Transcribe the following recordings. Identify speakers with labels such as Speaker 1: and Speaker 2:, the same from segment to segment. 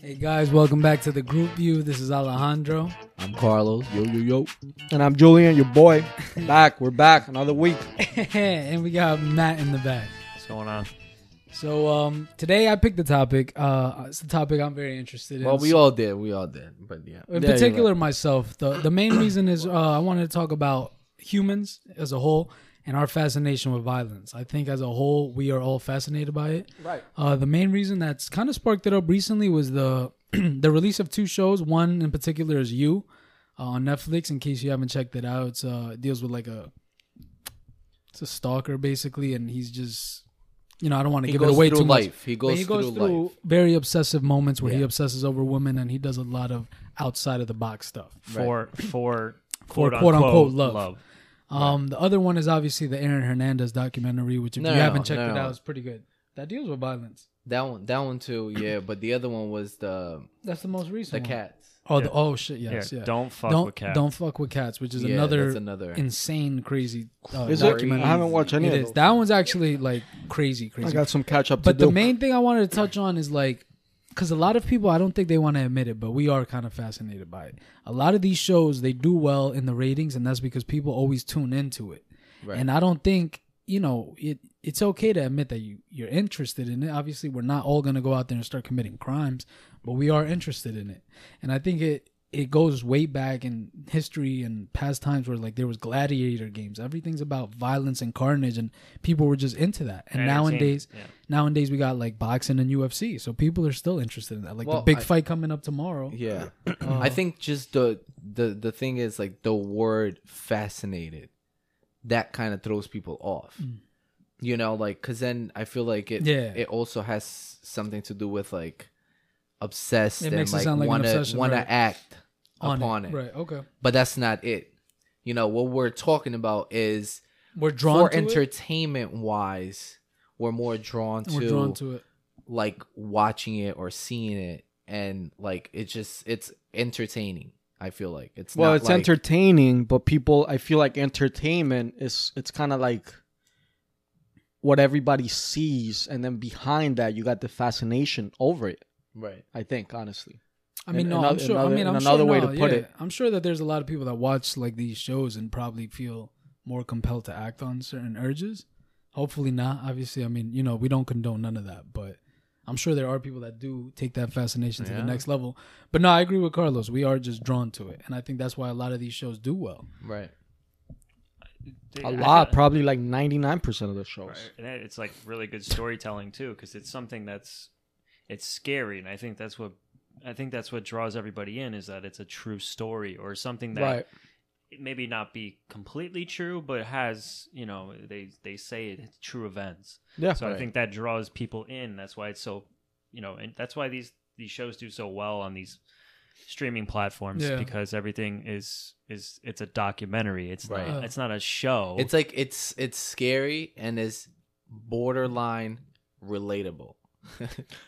Speaker 1: Hey guys, welcome back to the group view. This is Alejandro.
Speaker 2: I'm Carlos. Yo, yo, yo.
Speaker 3: And I'm Julian, your boy. Back, we're back another week.
Speaker 1: and we got Matt in the back.
Speaker 4: What's going on?
Speaker 1: So um, today I picked the topic. Uh, it's a topic I'm very interested in.
Speaker 2: Well, we
Speaker 1: So-
Speaker 2: all did. We all did. But yeah.
Speaker 1: in
Speaker 2: Yeah, you're
Speaker 1: particular
Speaker 2: right.
Speaker 1: myself. The the main reason is uh, I wanted to talk about humans as a whole and our fascination with violence. I think as a whole we are all fascinated by it.
Speaker 3: Right.
Speaker 1: Uh, the main reason that's kind of sparked it up recently was the the release of two shows. One in particular is You uh, on Netflix. In case you haven't checked it out, it's uh, it deals with like a it's a stalker basically, and he's just you know I don't want to
Speaker 2: He
Speaker 1: give it
Speaker 2: goes
Speaker 1: away
Speaker 2: through
Speaker 1: too much.
Speaker 2: life. He
Speaker 1: But
Speaker 2: goes, through, life.
Speaker 1: very obsessive moments where he
Speaker 2: Yeah.
Speaker 1: obsesses over women and he does a lot of outside of the box stuff.
Speaker 4: For for
Speaker 1: For
Speaker 4: quote,
Speaker 1: quote,
Speaker 4: unquote,
Speaker 1: unquote, love.
Speaker 4: love.
Speaker 1: Um, The other one is obviously the Aaron Hernandez documentary, which if
Speaker 2: No,
Speaker 1: you
Speaker 2: no,
Speaker 1: haven't
Speaker 2: no,
Speaker 1: checked
Speaker 2: no,
Speaker 1: it
Speaker 2: no.
Speaker 1: out, is pretty good. That deals with violence.
Speaker 2: That one, that one too. Yeah, but the other one was the
Speaker 1: That's the most recent.
Speaker 2: the
Speaker 1: one.
Speaker 2: cats.
Speaker 1: Oh, the,
Speaker 4: Yeah.
Speaker 1: oh shit! Yes, yeah.
Speaker 4: yeah, Don't fuck
Speaker 1: don't
Speaker 4: with cats.
Speaker 1: don't fuck with cats, which is
Speaker 2: Yeah,
Speaker 1: another,
Speaker 2: that's another.
Speaker 1: insane, crazy uh,
Speaker 3: Is it? I
Speaker 1: documentary.
Speaker 3: haven't watched any
Speaker 1: It
Speaker 3: of
Speaker 1: is.
Speaker 3: those.
Speaker 1: That one's actually like crazy, crazy.
Speaker 3: I got some catch up
Speaker 1: But
Speaker 3: to
Speaker 1: the
Speaker 3: do.
Speaker 1: main thing I wanted to touch on is like, because a lot of people, I don't think they want to admit it, but we are kind of fascinated by it. A lot of these shows, they do well in the ratings, and that's because people always tune into it.
Speaker 2: Right.
Speaker 1: And I don't think, you know, it it's okay to admit that you, you're interested in it. Obviously, we're not all going to go out there and start committing crimes, but we are interested in it. And I think it, it goes way back in history and past times where like there was gladiator games everything's about violence and carnage and people were just into that and
Speaker 4: Entertain-
Speaker 1: nowadays
Speaker 4: yeah.
Speaker 1: nowadays we got like boxing and UFC, so people are still interested in that. Like
Speaker 2: Well,
Speaker 1: the big
Speaker 2: I-
Speaker 1: fight coming up tomorrow.
Speaker 2: Yeah. I think just the the the thing is like the word fascinated that kind of throws people off. You know, like cuz then I feel like it
Speaker 1: Yeah.
Speaker 2: it also has something to do with like obsessed
Speaker 1: It
Speaker 2: and
Speaker 1: makes it
Speaker 2: like
Speaker 1: sound like an
Speaker 2: want to
Speaker 1: obsession,
Speaker 2: want
Speaker 1: right.
Speaker 2: to act
Speaker 1: On
Speaker 2: upon it.
Speaker 1: right? Okay,
Speaker 2: But that's not it. You know, what we're talking about is
Speaker 1: we're drawn
Speaker 2: for
Speaker 1: to it.
Speaker 2: entertainment wise, we're more drawn
Speaker 1: We're drawn to it.
Speaker 2: like watching it or seeing it and like it's just it's entertaining i feel like it's
Speaker 3: well,
Speaker 2: not
Speaker 3: it's
Speaker 2: like,
Speaker 3: entertaining, but people, I feel like entertainment is, it's kind of like what everybody sees. And then behind that, you got the fascination over it,
Speaker 2: right
Speaker 3: I think, honestly.
Speaker 1: I mean,
Speaker 3: And
Speaker 1: no, I'm
Speaker 3: another-
Speaker 1: sure. I
Speaker 3: another-
Speaker 1: mean, I'm
Speaker 3: another
Speaker 1: sure,
Speaker 3: way
Speaker 1: no,
Speaker 3: to put
Speaker 1: yeah.
Speaker 3: it.
Speaker 1: I'm sure that there's a lot of people that watch like these shows and probably feel more compelled to act on certain urges. Hopefully not. Obviously, I mean, you know, we don't condone none of that, but I'm sure there are people that do take that fascination to the
Speaker 4: Yeah.
Speaker 1: next level. But no, I agree with Carlos. We are just drawn to it, and I think that's why a lot of these shows do well.
Speaker 2: right
Speaker 3: A
Speaker 4: I
Speaker 3: lot,
Speaker 4: feel-
Speaker 3: probably like 99% of the shows.
Speaker 4: and it- it's like really good storytelling too, because it's something that's it's scary, and I think that's what I think that's what draws everybody in is that it's a true story or something that it maybe not be completely true, but has you know they they say it, it's true events.
Speaker 3: Yeah.
Speaker 4: So I
Speaker 2: Right.
Speaker 4: think that draws people in. That's why it's so, you know, and that's why these these shows do so well on these streaming platforms
Speaker 1: Yeah.
Speaker 4: because everything is is it's a documentary. It's
Speaker 2: Right.
Speaker 4: not it's not a show.
Speaker 2: it's like it's it's scary and it's borderline relatable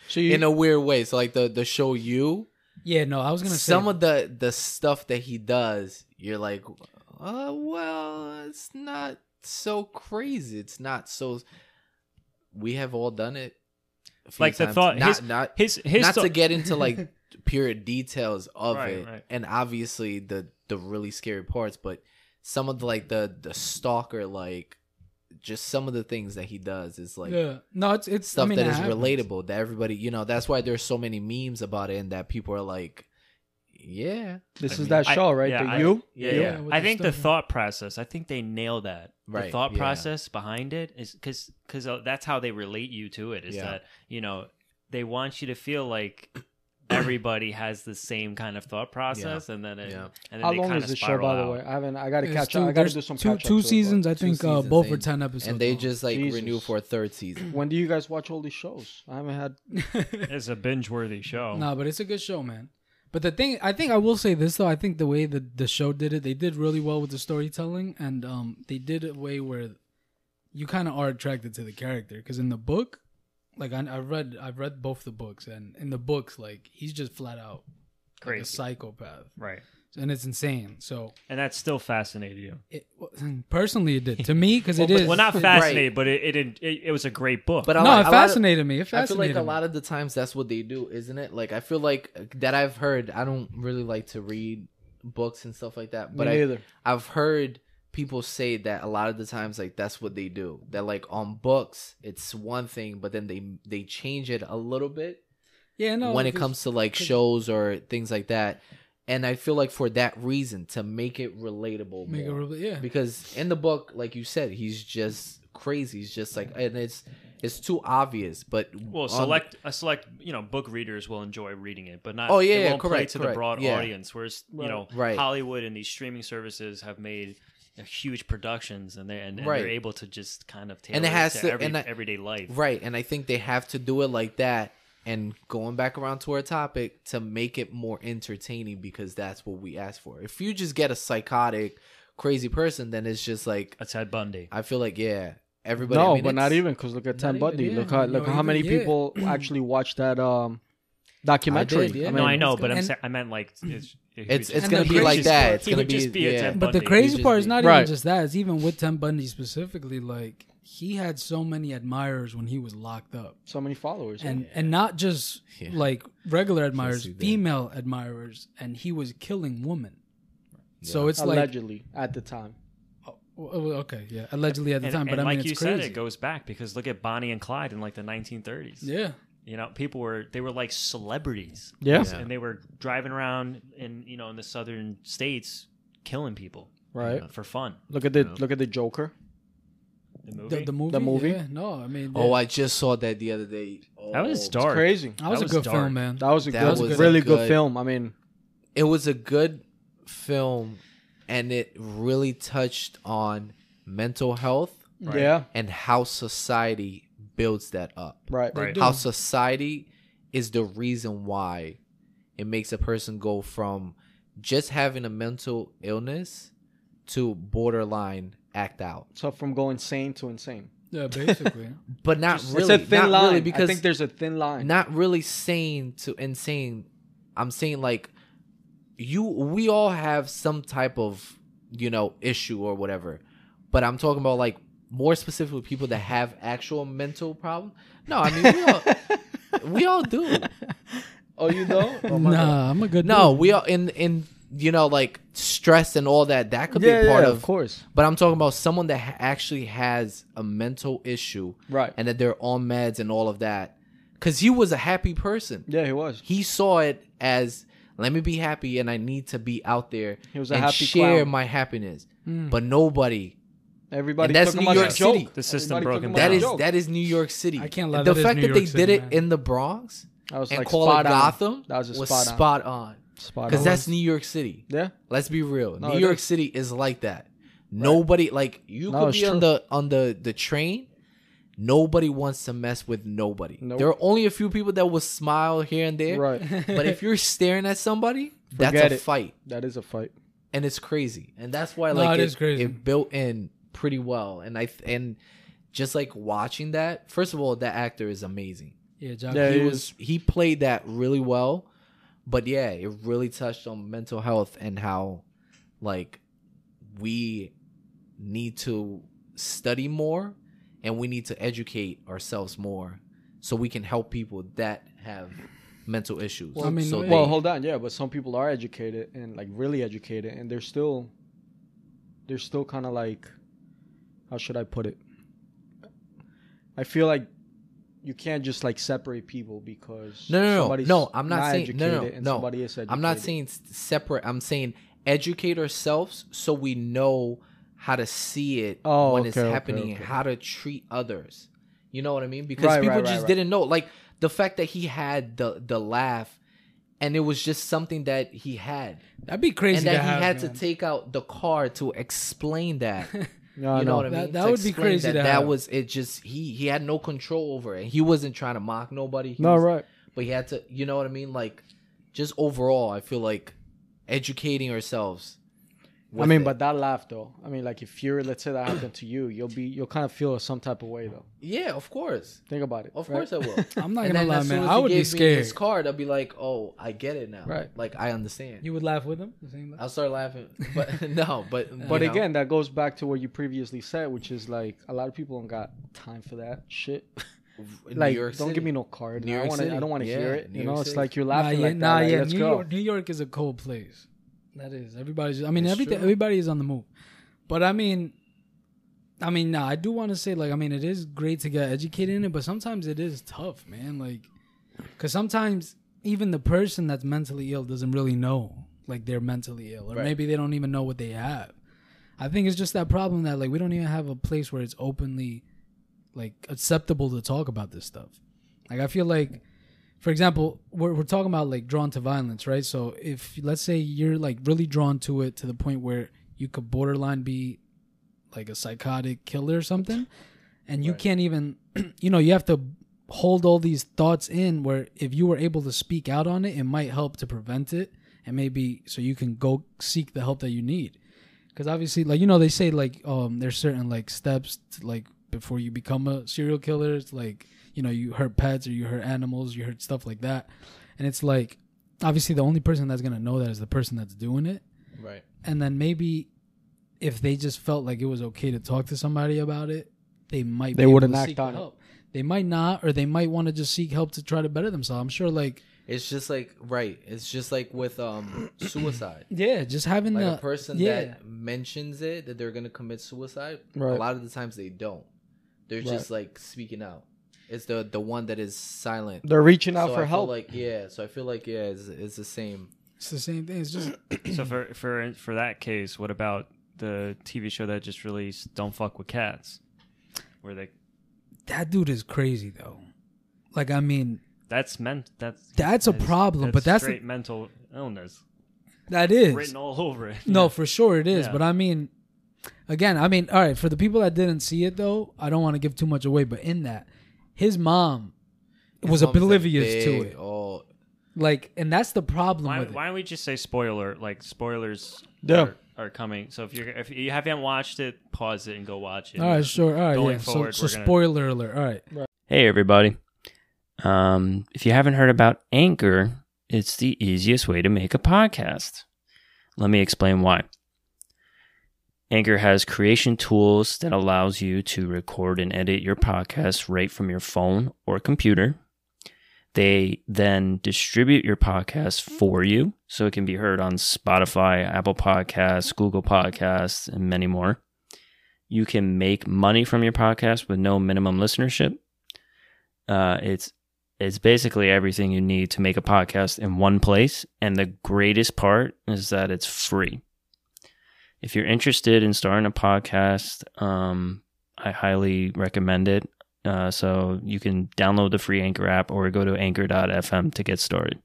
Speaker 3: So you,
Speaker 2: in a weird way so like the the show you
Speaker 1: Yeah, no, I was gonna say
Speaker 2: some of the the stuff that he does you're like uh well it's not so crazy it's not so we have all done it a few
Speaker 4: Like the
Speaker 2: times.
Speaker 4: thought-
Speaker 2: not
Speaker 4: his-
Speaker 2: not
Speaker 4: his his
Speaker 2: not to
Speaker 4: sto-
Speaker 2: get into like pure details of
Speaker 4: Right,
Speaker 2: it
Speaker 4: right.
Speaker 2: and obviously the the really scary parts but some of the, like the the stalker like just some of the things that he does is like
Speaker 1: yeah. No, it's it's
Speaker 2: stuff
Speaker 1: I mean,
Speaker 2: that
Speaker 1: it
Speaker 2: is
Speaker 1: happens.
Speaker 2: relatable that everybody you know that's why there's so many memes about it and that people are like yeah
Speaker 3: this
Speaker 4: I
Speaker 3: is
Speaker 4: mean,
Speaker 3: that
Speaker 4: I-
Speaker 3: show, right?
Speaker 4: yeah,
Speaker 3: the
Speaker 4: I-
Speaker 3: you?
Speaker 4: Yeah,
Speaker 2: Yeah,
Speaker 4: yeah.
Speaker 1: with
Speaker 4: I
Speaker 1: the
Speaker 4: think the
Speaker 1: stuff.
Speaker 4: thought process. I think they nail that.
Speaker 2: Right,
Speaker 4: The thought
Speaker 2: yeah.
Speaker 4: process behind it is because because that's how they relate you to it. Is
Speaker 2: Yeah.
Speaker 4: that you know they want you to feel like everybody has the same kind of thought process, and then it,
Speaker 2: Yeah.
Speaker 4: and then
Speaker 3: How
Speaker 4: they
Speaker 3: long
Speaker 4: kinda
Speaker 3: is the show,
Speaker 4: spiral
Speaker 3: by the
Speaker 4: out.
Speaker 3: way? I haven't, I got to
Speaker 1: It's
Speaker 3: catch
Speaker 1: two-
Speaker 3: up. I got
Speaker 1: there's
Speaker 3: to do some
Speaker 1: two
Speaker 3: catch up
Speaker 1: two
Speaker 3: to it,
Speaker 1: seasons.
Speaker 3: but-
Speaker 1: I think uh,
Speaker 2: seasons,
Speaker 1: both
Speaker 2: they-
Speaker 1: were ten episodes.
Speaker 2: and they
Speaker 1: long.
Speaker 2: just like
Speaker 3: Jesus.
Speaker 2: renew for a third season
Speaker 3: When do you guys watch all these shows? I haven't had
Speaker 4: It's a binge worthy
Speaker 2: Oh.
Speaker 4: show.
Speaker 1: Nah, but it's a good show, man. But the thing, I think I will say this though. I think the way that the show did it, they did really well with the storytelling, and um, they did it a way where you kind of are attracted to the character. Because in the book, like I, I read, I've read both the books, and in the books, like he's just flat out like a
Speaker 4: Crazy.
Speaker 1: psychopath.
Speaker 4: Right.
Speaker 1: and it's insane. So
Speaker 4: and that still fascinated you.
Speaker 1: it, personally, it did to me because it
Speaker 2: Well,
Speaker 1: is
Speaker 4: Well, not
Speaker 2: Right.
Speaker 4: fascinated, but it it, it it was a great book.
Speaker 2: But
Speaker 1: No,
Speaker 2: a lot-
Speaker 1: it
Speaker 2: a lot of-
Speaker 1: fascinated me. It
Speaker 2: I feel
Speaker 1: fascinated
Speaker 2: like a
Speaker 1: me.
Speaker 2: lot of the times that's what they do, isn't it? Like I feel like uh, that I've heard. I don't really like to read books and stuff like that, but
Speaker 3: Me
Speaker 2: I,
Speaker 3: neither.
Speaker 2: I've heard people say that a lot of the times, like that's what they do. That like on books, it's one thing, but then they they change it a little bit
Speaker 1: yeah, no.
Speaker 2: when it
Speaker 1: there's-
Speaker 2: comes to like shows or things like that. And I feel like for that reason to make it relatable,
Speaker 1: make it
Speaker 2: more.
Speaker 1: real- yeah,
Speaker 2: because in the book, like you said, he's just crazy. He's just like, and it's it's too obvious. But
Speaker 4: well,
Speaker 2: on-
Speaker 4: select a select you know book readers will enjoy reading it, but not
Speaker 2: Oh, yeah,
Speaker 4: it
Speaker 2: yeah,
Speaker 4: won't play
Speaker 2: correct,
Speaker 4: to the
Speaker 2: correct,
Speaker 4: broad
Speaker 2: yeah.
Speaker 4: audience. Whereas you know
Speaker 2: Right.
Speaker 4: Hollywood and these streaming services have made huge productions and they and, and
Speaker 2: Right.
Speaker 4: they're able to just kind of tailor
Speaker 2: And it has
Speaker 4: to,
Speaker 2: to-
Speaker 4: every,
Speaker 2: and I-
Speaker 4: everyday life.
Speaker 2: Right, and I think they have to do it like that. And going back around to our topic to make it more entertaining because that's what we ask for. If you just get a psychotic, crazy person, then it's just like
Speaker 4: That's Ted Bundy.
Speaker 2: I feel like yeah, everybody.
Speaker 3: no,
Speaker 2: I mean,
Speaker 3: but not
Speaker 2: it's-
Speaker 3: even because look at Ted
Speaker 1: even,
Speaker 3: Bundy. Look
Speaker 1: yeah.
Speaker 3: how look
Speaker 1: No,
Speaker 3: how
Speaker 1: even-
Speaker 3: many
Speaker 1: yeah.
Speaker 3: people actually watched that um documentary.
Speaker 2: I did, yeah.
Speaker 3: mean,
Speaker 4: no, I know,
Speaker 1: it's
Speaker 4: but I'm
Speaker 1: good.
Speaker 4: sa- I meant like it's
Speaker 2: It's- it's
Speaker 1: gonna be like
Speaker 2: that. It's
Speaker 4: He
Speaker 2: gonna
Speaker 4: would just
Speaker 2: be-
Speaker 4: be a
Speaker 2: yeah.
Speaker 4: Ted
Speaker 1: But the
Speaker 4: Bundy.
Speaker 1: crazy
Speaker 2: just
Speaker 1: part is
Speaker 2: be-
Speaker 1: not
Speaker 3: Right.
Speaker 1: even just that. It's even with Tim Bundy specifically. Like he had so many admirers when he was locked up,
Speaker 3: So many followers.
Speaker 1: and and not just
Speaker 2: Yeah.
Speaker 1: like regular admirers,
Speaker 2: he did.
Speaker 1: female admirers, and he was killing women. So
Speaker 2: Yeah.
Speaker 1: it's like
Speaker 3: allegedly at the time.
Speaker 1: oh, oh, okay, yeah, allegedly at the
Speaker 4: and,
Speaker 1: time, but
Speaker 4: and
Speaker 1: I
Speaker 4: like
Speaker 1: mean,
Speaker 4: you
Speaker 1: it's
Speaker 4: said,
Speaker 1: crazy.
Speaker 4: it goes back because look at Bonnie and Clyde in like the 1930s.
Speaker 1: yeah,
Speaker 4: You know, people were they were like celebrities.
Speaker 3: Yeah.
Speaker 2: Yeah.
Speaker 4: and they were driving around in you know in the southern states killing people
Speaker 3: Right.
Speaker 4: for fun.
Speaker 3: Look at the look at the Joker.
Speaker 4: The movie.
Speaker 1: the, the movie,
Speaker 3: movie?
Speaker 1: Yeah, no, I mean,
Speaker 2: Oh,
Speaker 1: that,
Speaker 2: I just saw that the other day. Oh,
Speaker 4: that was dark.
Speaker 3: Crazy.
Speaker 1: that was a
Speaker 4: that was
Speaker 1: good
Speaker 4: dark.
Speaker 1: film, man.
Speaker 3: That was a
Speaker 2: That
Speaker 3: good,
Speaker 1: was a
Speaker 3: really good,
Speaker 2: good-
Speaker 3: film. I mean,
Speaker 2: It was a good film, and it really touched on mental health
Speaker 4: Right.
Speaker 3: yeah,
Speaker 2: and how society builds that up.
Speaker 3: right,
Speaker 1: They
Speaker 4: Right.
Speaker 1: do.
Speaker 2: how society is the reason why it makes a person go from just having a mental illness to borderline act out,
Speaker 3: So from going sane to insane,
Speaker 1: yeah, basically.
Speaker 2: but not
Speaker 3: Just-
Speaker 2: really.
Speaker 3: it's a thin
Speaker 2: not
Speaker 3: line.
Speaker 2: really
Speaker 3: because I
Speaker 2: because
Speaker 3: think there's a thin line.
Speaker 2: not really sane to insane. I'm saying like you, we all have some type of you know issue or whatever, but I'm talking about like more specifically people that have actual mental problem. No, I mean we all, we all do.
Speaker 3: oh, you don't? Oh, my God.
Speaker 1: nah, I'm a good
Speaker 2: No,
Speaker 1: dude.
Speaker 2: we are in in you know like stress and all that. That could
Speaker 3: yeah,
Speaker 2: be a part
Speaker 3: yeah,
Speaker 2: of.
Speaker 3: of course.
Speaker 2: But I'm talking about someone that ha- actually has a mental issue
Speaker 3: Right.
Speaker 2: and that they're on meds and all of that. Because he was a happy person.
Speaker 3: yeah, he was.
Speaker 2: He saw it as let me be happy and I need to be out there
Speaker 3: He was a
Speaker 2: and
Speaker 3: happy
Speaker 2: share
Speaker 3: clown.
Speaker 2: my happiness.
Speaker 1: Mm.
Speaker 2: But nobody.
Speaker 3: Everybody
Speaker 2: And that's
Speaker 3: took
Speaker 2: New
Speaker 3: him as
Speaker 2: York
Speaker 3: a
Speaker 2: City.
Speaker 3: joke.
Speaker 4: The system
Speaker 3: Everybody
Speaker 4: broke
Speaker 3: took
Speaker 4: him
Speaker 3: as
Speaker 2: That
Speaker 3: a
Speaker 4: down.
Speaker 2: is
Speaker 3: joke.
Speaker 2: that is New York City.
Speaker 1: I can't lie,
Speaker 2: The
Speaker 1: that is
Speaker 2: fact
Speaker 1: New
Speaker 2: that they
Speaker 1: York
Speaker 2: did
Speaker 1: City,
Speaker 2: it
Speaker 1: man.
Speaker 2: in the Bronx
Speaker 3: That was
Speaker 2: and
Speaker 3: like
Speaker 2: called it
Speaker 3: spot on.
Speaker 2: Gotham
Speaker 3: That was a
Speaker 2: was
Speaker 3: spot on.
Speaker 2: spot on.
Speaker 3: Spot
Speaker 2: Because
Speaker 3: on.
Speaker 2: that's New York City.
Speaker 3: yeah.
Speaker 2: Let's be real.
Speaker 3: No,
Speaker 2: New
Speaker 3: it
Speaker 2: York
Speaker 3: is.
Speaker 2: City is like that. Nobody like you
Speaker 3: No,
Speaker 2: could
Speaker 3: it's
Speaker 2: be on
Speaker 3: true.
Speaker 2: the on the the train. Nobody wants to mess with nobody.
Speaker 3: Nope.
Speaker 2: There are only a few people that will smile here and there.
Speaker 3: Right.
Speaker 2: But if you're staring at somebody,
Speaker 3: Forget
Speaker 2: that's a
Speaker 3: it.
Speaker 2: fight,
Speaker 3: That is a fight.
Speaker 2: and it's crazy. And that's why
Speaker 1: No,
Speaker 2: like
Speaker 1: it is crazy.
Speaker 2: it built in pretty well. And I th- and just like watching that. First of all, that actor is amazing.
Speaker 1: yeah, Jock,
Speaker 3: Yeah,
Speaker 2: He
Speaker 3: It
Speaker 2: was he played that really well. But yeah, it really touched on mental health and how like we need to study more and we need to educate ourselves more so we can help people that have mental issues.
Speaker 1: Well, I mean,
Speaker 2: so
Speaker 1: well,
Speaker 3: Well,
Speaker 2: they-
Speaker 3: hold on, yeah, but some people are educated and like really educated, and they're still, they're still kind of like, how should I put it? I feel like you can't just like separate people because
Speaker 2: No, no, no,
Speaker 3: somebody's
Speaker 2: no, I'm not saying- no, no,
Speaker 3: educated
Speaker 2: no,
Speaker 3: and
Speaker 2: no.
Speaker 3: somebody is educated.
Speaker 2: I'm not saying s- separate. I'm saying educate ourselves so we know how to see it
Speaker 3: Oh,
Speaker 2: when it's
Speaker 3: okay, okay,
Speaker 2: happening and
Speaker 3: okay.
Speaker 2: how to treat others. You know what I mean? Because
Speaker 3: Right,
Speaker 2: people
Speaker 3: right, right,
Speaker 2: just
Speaker 3: right.
Speaker 2: didn't know. Like the fact that he had the the laugh, and it was just something that he had,
Speaker 1: that'd be crazy.
Speaker 2: and that
Speaker 1: to
Speaker 2: he
Speaker 1: have,
Speaker 2: had
Speaker 1: man.
Speaker 2: to take out the car to explain that.
Speaker 3: no,
Speaker 2: You know
Speaker 3: no.
Speaker 2: what I mean?
Speaker 1: That-
Speaker 2: To
Speaker 1: that would be
Speaker 2: explain
Speaker 1: crazy
Speaker 2: That,
Speaker 1: to
Speaker 2: that
Speaker 1: have.
Speaker 2: was it. Just he he had no control over it. He wasn't trying to mock nobody. He
Speaker 3: no,
Speaker 2: was-
Speaker 3: right?
Speaker 2: but he had to you know what i mean like just overall i feel like educating ourselves
Speaker 3: I
Speaker 2: with
Speaker 3: mean,
Speaker 2: it.
Speaker 3: but that laugh though. I mean, like if you're, let's say that happened to you, you'll be, you'll kind of feel some type of way though.
Speaker 2: yeah, of course,
Speaker 3: Think about it.
Speaker 2: of
Speaker 3: right?
Speaker 2: course I will.
Speaker 1: I'm not gonna
Speaker 2: And then
Speaker 1: lie,
Speaker 2: as soon
Speaker 1: man.
Speaker 2: as
Speaker 1: I
Speaker 2: he
Speaker 1: would be
Speaker 2: gave me
Speaker 1: scared.
Speaker 2: his card, I'll be like, "Oh, I get it now.
Speaker 3: Right.
Speaker 2: Like I understand."
Speaker 1: You would laugh with him. The same laugh?
Speaker 2: I'll start laughing, but no, but Uh, you
Speaker 3: But
Speaker 2: know.
Speaker 3: again, that goes back to what you previously said, which is like a lot of people don't got time for that shit.
Speaker 2: In
Speaker 3: Like,
Speaker 2: New York
Speaker 3: don't
Speaker 2: City.
Speaker 3: give me no card.
Speaker 2: New
Speaker 3: I
Speaker 2: York
Speaker 3: wanna- I
Speaker 2: City.
Speaker 3: don't want to hear
Speaker 2: Yeah,
Speaker 3: it.
Speaker 2: New
Speaker 3: you
Speaker 2: York
Speaker 3: know,
Speaker 2: City.
Speaker 3: it's like you're
Speaker 1: Nah,
Speaker 3: laughing
Speaker 1: yeah,
Speaker 3: like that.
Speaker 1: nah,
Speaker 3: like,
Speaker 1: yeah.
Speaker 3: let's
Speaker 1: New
Speaker 3: go.
Speaker 1: York, New York is a cold place. That is. Everybody's. I mean,
Speaker 2: It's
Speaker 1: everything.
Speaker 2: true.
Speaker 1: Everybody is on the move. But I mean, I mean, nah. I do want to say, like, I mean, it is great to get educated in it, but sometimes it is tough, man. Like, because sometimes even the person that's mentally ill doesn't really know, like, they're mentally ill, or
Speaker 2: Right.
Speaker 1: maybe they don't even know what they have. I think it's just that problem that like we don't even have a place where it's openly like acceptable to talk about this stuff. Like I feel like for example, we're we're talking about like drawn to violence, right? So if let's say you're like really drawn to it to the point where you could borderline be like a psychotic killer or something and you can't even you know, you have to hold all these thoughts in where if you were able to speak out on it, it might help to prevent it and maybe so you can go seek the help that you need because obviously like you know they say like um there's certain like steps to, like before you become a serial killer it's like you know you hurt pets or you hurt animals you hurt stuff like that and it's like obviously the only person that's gonna know that is the person that's doing it
Speaker 2: right?
Speaker 1: and then maybe if they just felt like it was okay to talk to somebody about it they might be
Speaker 3: They
Speaker 1: able
Speaker 3: wouldn't
Speaker 1: to
Speaker 3: act
Speaker 1: seek the
Speaker 3: on it.
Speaker 1: help. they might not or they might want to just seek help to try to better themselves i'm sure like
Speaker 2: It's just like right. It's just like with um suicide.
Speaker 1: yeah just having
Speaker 2: Like
Speaker 1: the
Speaker 2: a person
Speaker 1: yeah.
Speaker 2: that mentions it that they're gonna commit suicide, a
Speaker 3: Right.
Speaker 2: lot of the times they don't. They're just like speaking out. It's the the one that is silent.
Speaker 3: They're reaching out
Speaker 2: So I
Speaker 3: for
Speaker 2: feel
Speaker 3: help.
Speaker 2: Like yeah, so I feel like yeah, it's, it's the same.
Speaker 1: it's the same thing it's just
Speaker 4: So for for for that case, what about the TV show that just released "Don't Fuck with Cats," where they
Speaker 1: that dude is crazy though like i mean
Speaker 4: that's meant that's
Speaker 1: That's a problem, but that's the-
Speaker 4: straight mental illness
Speaker 1: That is.
Speaker 4: written all over it.
Speaker 1: no, for sure it is.
Speaker 4: Yeah.
Speaker 1: But I mean, again, I mean, all right, for the people that didn't see it though, I don't want to give too much away, but in that, his mom
Speaker 2: His
Speaker 1: was
Speaker 2: mom's, like,
Speaker 1: oblivious to
Speaker 2: big,
Speaker 1: it.
Speaker 2: Oh,
Speaker 1: Like, and that's the problem
Speaker 4: Why,
Speaker 1: with it.
Speaker 4: why don't we just say spoiler? Like spoilers
Speaker 3: Yeah.
Speaker 4: are, are coming. So if you are if you haven't watched it, pause it and go watch it.
Speaker 1: all right, sure. All right,
Speaker 4: Going
Speaker 1: yeah.
Speaker 4: forward,
Speaker 1: so,
Speaker 4: we're
Speaker 1: so
Speaker 4: gonna-
Speaker 1: spoiler alert. All right.
Speaker 5: Hey, everybody. Um, if you haven't heard about Anchor, it's the easiest way to make a podcast. Let me explain why. Anchor has creation tools that allows you to record and edit your podcast right from your phone or computer. They then distribute your podcast for you so it can be heard on Spotify, Apple Podcasts, Google Podcasts, and many more. You can make money from your podcast with no minimum listenership. Uh, it's it's basically everything you need to make a podcast in one place, and the greatest part is that it's free. If you're interested in starting a podcast, um, I highly recommend it. Uh, so you can download the free Anchor app or go to anchor.fm to get started.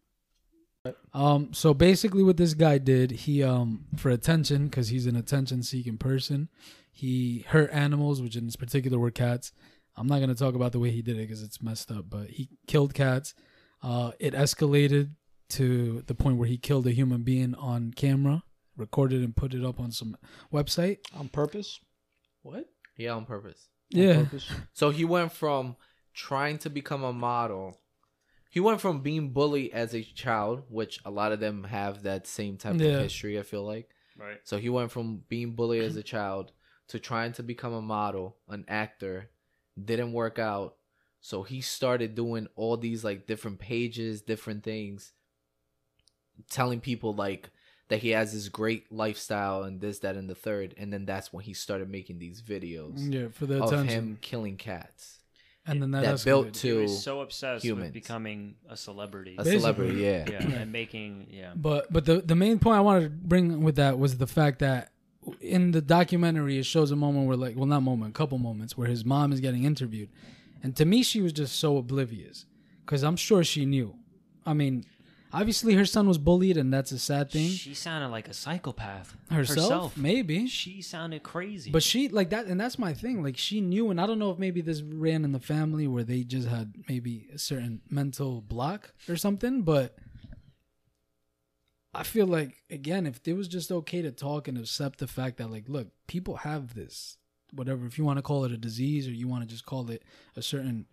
Speaker 1: Um, so basically, what this guy did, he um for attention because he's an attention-seeking person, he hurt animals, which in this particular were cats. I'm not gonna talk about the way he did it because it's messed up, but he killed cats. Uh, it escalated to the point where he killed a human being on camera, recorded and put it up on some website.
Speaker 3: On purpose?
Speaker 2: what? Yeah, on purpose.
Speaker 1: Yeah,
Speaker 3: On purpose?
Speaker 2: So he went from trying to become a model. He went from being bullied as a child, which a lot of them have that same type
Speaker 1: Yeah.
Speaker 2: of history, I feel like.
Speaker 4: Right.
Speaker 2: So he went from being bullied as a child to trying to become a model, an actor, didn't work out. So he started doing all these like different pages, different things, telling people like that he has this great lifestyle and this, that, and the third. And then that's when he started making these videos
Speaker 1: Mm, yeah, for the
Speaker 2: of
Speaker 1: attention,
Speaker 2: him killing cats.
Speaker 1: and then that,
Speaker 2: that
Speaker 1: escalated.
Speaker 2: built
Speaker 4: He
Speaker 2: to
Speaker 4: was so obsessed
Speaker 2: humans.
Speaker 4: with becoming a celebrity.
Speaker 2: A
Speaker 1: Basically.
Speaker 2: celebrity, yeah.
Speaker 4: yeah, and making yeah.
Speaker 1: But but the the main point I wanted to bring with that was the fact that in the documentary it shows a moment where like well not moment a couple moments where his mom is getting interviewed, and to me she was just so oblivious because I'm sure she knew. I mean, obviously her son was bullied and that's a sad thing.
Speaker 4: She sounded like a psychopath
Speaker 1: Herself, maybe.
Speaker 4: She sounded crazy.
Speaker 1: But she like that, and that's my thing. Like she knew, and I don't know if maybe this ran in the family where they just had maybe a certain mental block or something. But I feel like again, if it was just okay to talk and accept the fact that like, look, people have this, whatever. If you want to call it a disease or you want to just call it a certain,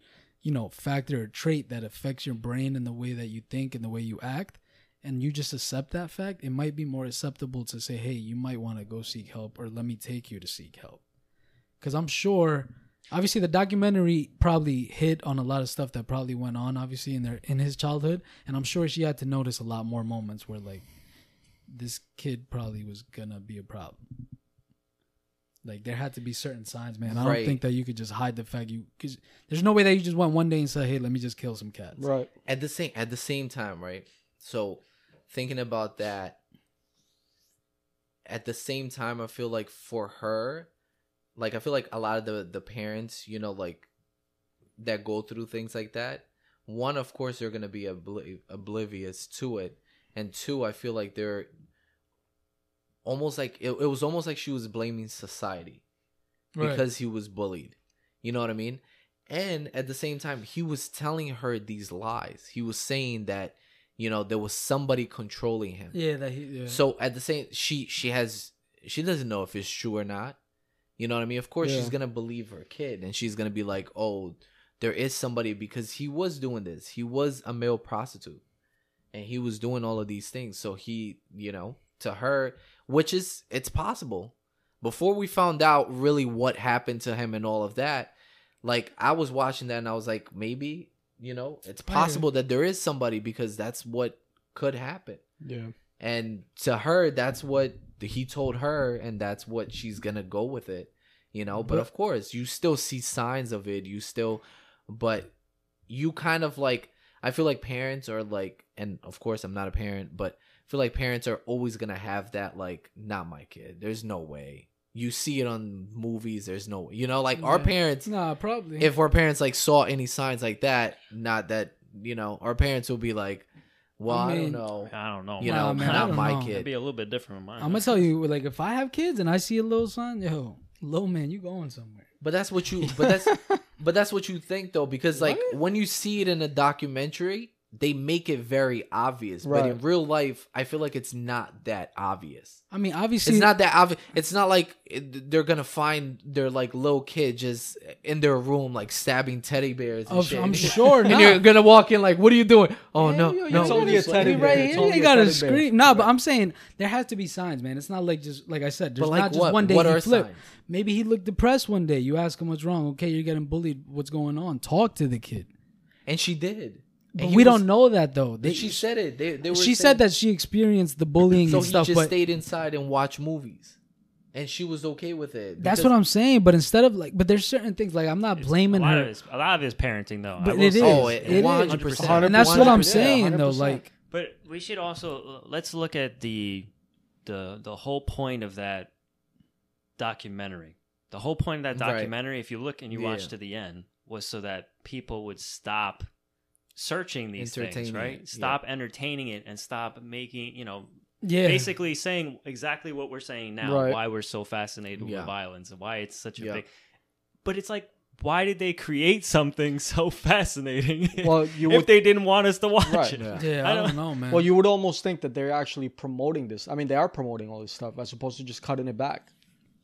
Speaker 1: you know, factor or trait that affects your brain and the way that you think and the way you act, and you just accept that fact, it might be more acceptable to say, hey, you might want to go seek help or let me take you to seek help. Because I'm sure, obviously, the documentary probably hit on a lot of stuff that probably went on, obviously, in their in his childhood, and I'm sure she had to notice a lot more moments where like this kid probably was gonna be a problem. Like there had to be certain signs, man. I don't
Speaker 2: Right.
Speaker 1: think that you could just hide the fact you because there's no way that you just went one day and said, "Hey, let me just kill some cats."
Speaker 3: Right.
Speaker 2: at the same at the same time, right? So thinking about that at the same time I feel like for her like I feel like a lot of the the parents, you know, like that go through things like that, one of course they're going to be obli- oblivious to it, and two I feel like they're almost like it, it was almost like she was blaming society because he was bullied. You know what I mean? And at the same time, he was telling her these lies. He was saying that, you know, there was somebody controlling him.
Speaker 1: yeah, that he, yeah.
Speaker 2: So at the same she she has she doesn't know if it's true or not. You know what I mean? Of course she's
Speaker 3: Yeah.
Speaker 2: gonna believe her kid and she's gonna be like, Oh, there is somebody because he was doing this. He was a male prostitute. And he was doing all of these things. So he, you know, to her, which is it's possible. Before we found out really what happened to him and all of that, like I was watching that and I was like, maybe, you know, it's
Speaker 1: Oh, yeah.
Speaker 2: possible that there is somebody because that's what could happen.
Speaker 3: Yeah.
Speaker 2: And to her, that's what he told her, and that's what she's gonna go with it, you know. But of course, you still see signs of it. You still, but you kind of like. I feel like parents are like, and of course, I'm not a parent, but I feel like parents are always gonna have that like, not my kid. There's no way. You see it on movies. There's no, you know, like our
Speaker 1: Yeah.
Speaker 2: parents.
Speaker 1: nah, probably.
Speaker 2: If our parents like saw any signs like that, not that you know, our parents will be like, well, I,
Speaker 1: I
Speaker 2: don't
Speaker 1: mean,
Speaker 2: know.
Speaker 4: I don't know.
Speaker 2: You
Speaker 1: Nah,
Speaker 2: know,
Speaker 1: man, I
Speaker 2: not
Speaker 1: don't
Speaker 2: my
Speaker 1: know.
Speaker 2: kid.
Speaker 4: It'd be a little bit different from mine.
Speaker 1: I'm gonna tell you, like, if I have kids and I see a little son, yo, little man, you going somewhere?
Speaker 2: But that's what you. But that's. but that's what you think though, because like when you see it in a documentary, they make it very obvious. But in
Speaker 3: Right.
Speaker 2: real life, I feel like it's not that obvious.
Speaker 1: I mean, obviously,
Speaker 2: it's not that obvious. It's not like it, they're gonna find their like little kid just in their room like stabbing teddy bears. And
Speaker 1: of-
Speaker 2: shit.
Speaker 1: I'm sure.
Speaker 2: And
Speaker 1: not.
Speaker 2: you're gonna walk in like, what are you doing? Oh
Speaker 1: Yeah,
Speaker 2: no,
Speaker 1: yo, yo, you
Speaker 2: no,
Speaker 3: It's only
Speaker 1: gotta
Speaker 3: a teddy
Speaker 1: scream
Speaker 3: bear.
Speaker 1: Right
Speaker 3: It's
Speaker 1: here,
Speaker 3: only
Speaker 1: you
Speaker 3: a
Speaker 1: gotta
Speaker 3: teddy bear.
Speaker 1: scream. Nah, but I'm saying there has to be signs, man. It's not like just like I said. There's
Speaker 2: But like
Speaker 1: not just
Speaker 2: what?
Speaker 1: one day
Speaker 2: What
Speaker 1: he
Speaker 2: are
Speaker 1: flipped.
Speaker 2: signs?
Speaker 1: Maybe he looked depressed one day. You ask him what's wrong. Okay, you're getting bullied. What's going on? Talk to the kid.
Speaker 2: and she did.
Speaker 1: But
Speaker 2: And he
Speaker 1: we
Speaker 2: was-
Speaker 1: don't know that though. They,
Speaker 2: She said it. They, they were
Speaker 1: she said
Speaker 2: saying-
Speaker 1: that she experienced the bullying
Speaker 2: So
Speaker 1: and
Speaker 2: he
Speaker 1: stuff,
Speaker 2: just
Speaker 1: but
Speaker 2: stayed inside and watched movies, and she was okay with it.
Speaker 1: that's
Speaker 2: because-
Speaker 1: what I'm saying. But instead of like, but there's certain things like I'm not
Speaker 4: It's
Speaker 1: blaming
Speaker 4: a lot
Speaker 1: her.
Speaker 4: Of his, a lot of his parenting, though. I
Speaker 1: But
Speaker 4: will
Speaker 1: it is.
Speaker 4: say.
Speaker 2: Oh, it-
Speaker 1: it is.
Speaker 2: 100%.
Speaker 1: And that's what I'm
Speaker 2: 100%.
Speaker 1: saying, though.
Speaker 3: 100%.
Speaker 1: Like,
Speaker 4: But we should also let's look at the the the whole point of that documentary. The whole point of that
Speaker 2: Right.
Speaker 4: documentary, if you look and you watch
Speaker 2: Yeah.
Speaker 4: to the end, was so that people would stop searching these things,
Speaker 2: Entertaining
Speaker 4: right?
Speaker 2: it, yeah.
Speaker 4: Stop entertaining it and stop making, you know,
Speaker 1: yeah,
Speaker 4: basically saying exactly what we're saying now,
Speaker 3: Right.
Speaker 4: why we're so fascinated
Speaker 2: Yeah.
Speaker 4: with violence and why it's such a
Speaker 2: Yeah.
Speaker 4: big but it's like why did they create something so fascinating
Speaker 3: Well, you
Speaker 4: if
Speaker 3: would.
Speaker 4: they didn't want us to watch
Speaker 3: Right.
Speaker 4: it?
Speaker 2: Yeah.
Speaker 1: yeah. I,
Speaker 4: I
Speaker 1: don't,
Speaker 4: don't-
Speaker 1: know, man.
Speaker 3: Well, you would almost think that they're actually promoting this. I mean, they are promoting all this stuff as opposed to just cutting it back.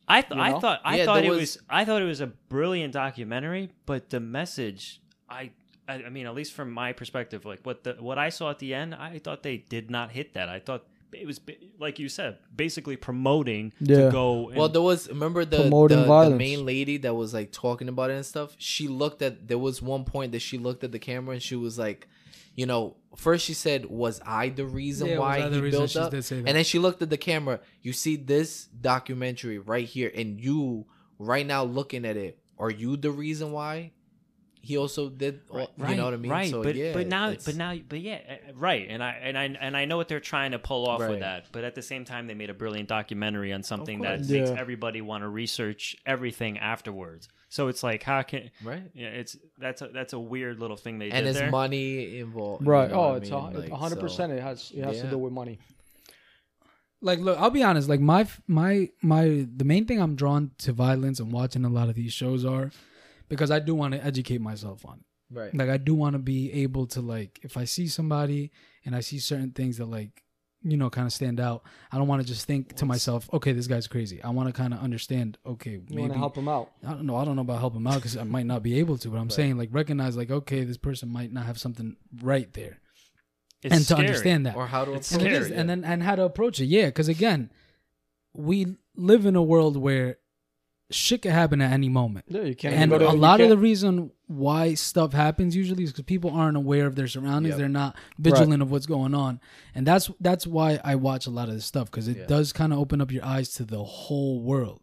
Speaker 4: I th-
Speaker 3: You
Speaker 4: I
Speaker 3: know?
Speaker 4: thought I
Speaker 2: Yeah,
Speaker 4: thought
Speaker 2: there
Speaker 4: it was,
Speaker 2: was-
Speaker 4: I thought it was a brilliant documentary, but the message I I I mean at least from my perspective, like what the what I saw at the end, I thought they did not hit that. I thought it was ba- like you said, basically promoting
Speaker 3: Yeah.
Speaker 4: to go. And,
Speaker 2: Well, there was remember the
Speaker 3: Promoting
Speaker 2: the, the
Speaker 3: violence.
Speaker 2: main lady that was like talking about it and stuff. She looked at there was one point that she looked at the camera and she was like, you know, first she said, "Was I the reason
Speaker 1: Yeah,
Speaker 2: why
Speaker 1: was I
Speaker 2: he
Speaker 1: the reason?"
Speaker 2: built
Speaker 1: She
Speaker 2: up?"
Speaker 1: did say that.
Speaker 2: And then she looked at the camera. You see this documentary right here, and you right now looking at it. Are you the reason why he also did?
Speaker 4: Right,
Speaker 2: you know what I mean?
Speaker 4: Right,
Speaker 2: So,
Speaker 4: but
Speaker 2: yeah,
Speaker 4: but now
Speaker 2: it's-
Speaker 4: but now but yeah, uh, right. And I and I and I know what they're trying to pull off
Speaker 2: Right.
Speaker 4: with that, but at the same time, they made a brilliant documentary on something
Speaker 2: course.
Speaker 4: that makes
Speaker 3: Yeah.
Speaker 4: everybody want to research everything afterwards. So it's like, how can
Speaker 2: right.
Speaker 4: Yeah, it's that's a that's a weird little thing they
Speaker 2: And
Speaker 4: did
Speaker 2: his
Speaker 4: there.
Speaker 2: money involved, you
Speaker 3: Right.
Speaker 2: know what
Speaker 3: oh,
Speaker 2: I
Speaker 3: it's
Speaker 2: mean?
Speaker 3: a,
Speaker 2: Like,
Speaker 3: it's 100%.
Speaker 2: so-
Speaker 3: It has it has
Speaker 2: Yeah.
Speaker 3: to do with money.
Speaker 1: like, look, I'll be honest. Like, my my my the main thing I'm drawn to violence and watching a lot of these shows are because I do want to educate myself on it.
Speaker 2: Right.
Speaker 1: Like, I do want to be able to like if I see somebody and I see certain things that like you know, kind of stand out. I don't want to just think to myself, okay, this guy's crazy. I want to kind of understand, okay,
Speaker 3: You want
Speaker 1: maybe
Speaker 3: to help him out.
Speaker 1: I don't know. I don't know about helping him out because I might not be able to. But I'm saying, like, recognize, like, okay, this person might not have something right there,
Speaker 4: It's
Speaker 1: and
Speaker 4: scary.
Speaker 1: to understand that,
Speaker 2: or how to
Speaker 4: It's
Speaker 1: and, it
Speaker 4: scary,
Speaker 1: is, and then and how to approach it. Yeah, because again, we live in a world where shit could happen at any moment.
Speaker 3: Yeah, you can't.
Speaker 1: And
Speaker 3: you
Speaker 1: a
Speaker 3: gotta- you
Speaker 1: lot of the
Speaker 3: can't-
Speaker 1: reason why stuff happens usually is because people aren't aware of their surroundings.
Speaker 2: Yep.
Speaker 1: They're not vigilant of what's going on, and that's that's why I watch a lot of this stuff because it
Speaker 2: Yeah.
Speaker 1: does kind of open up your eyes to the whole world.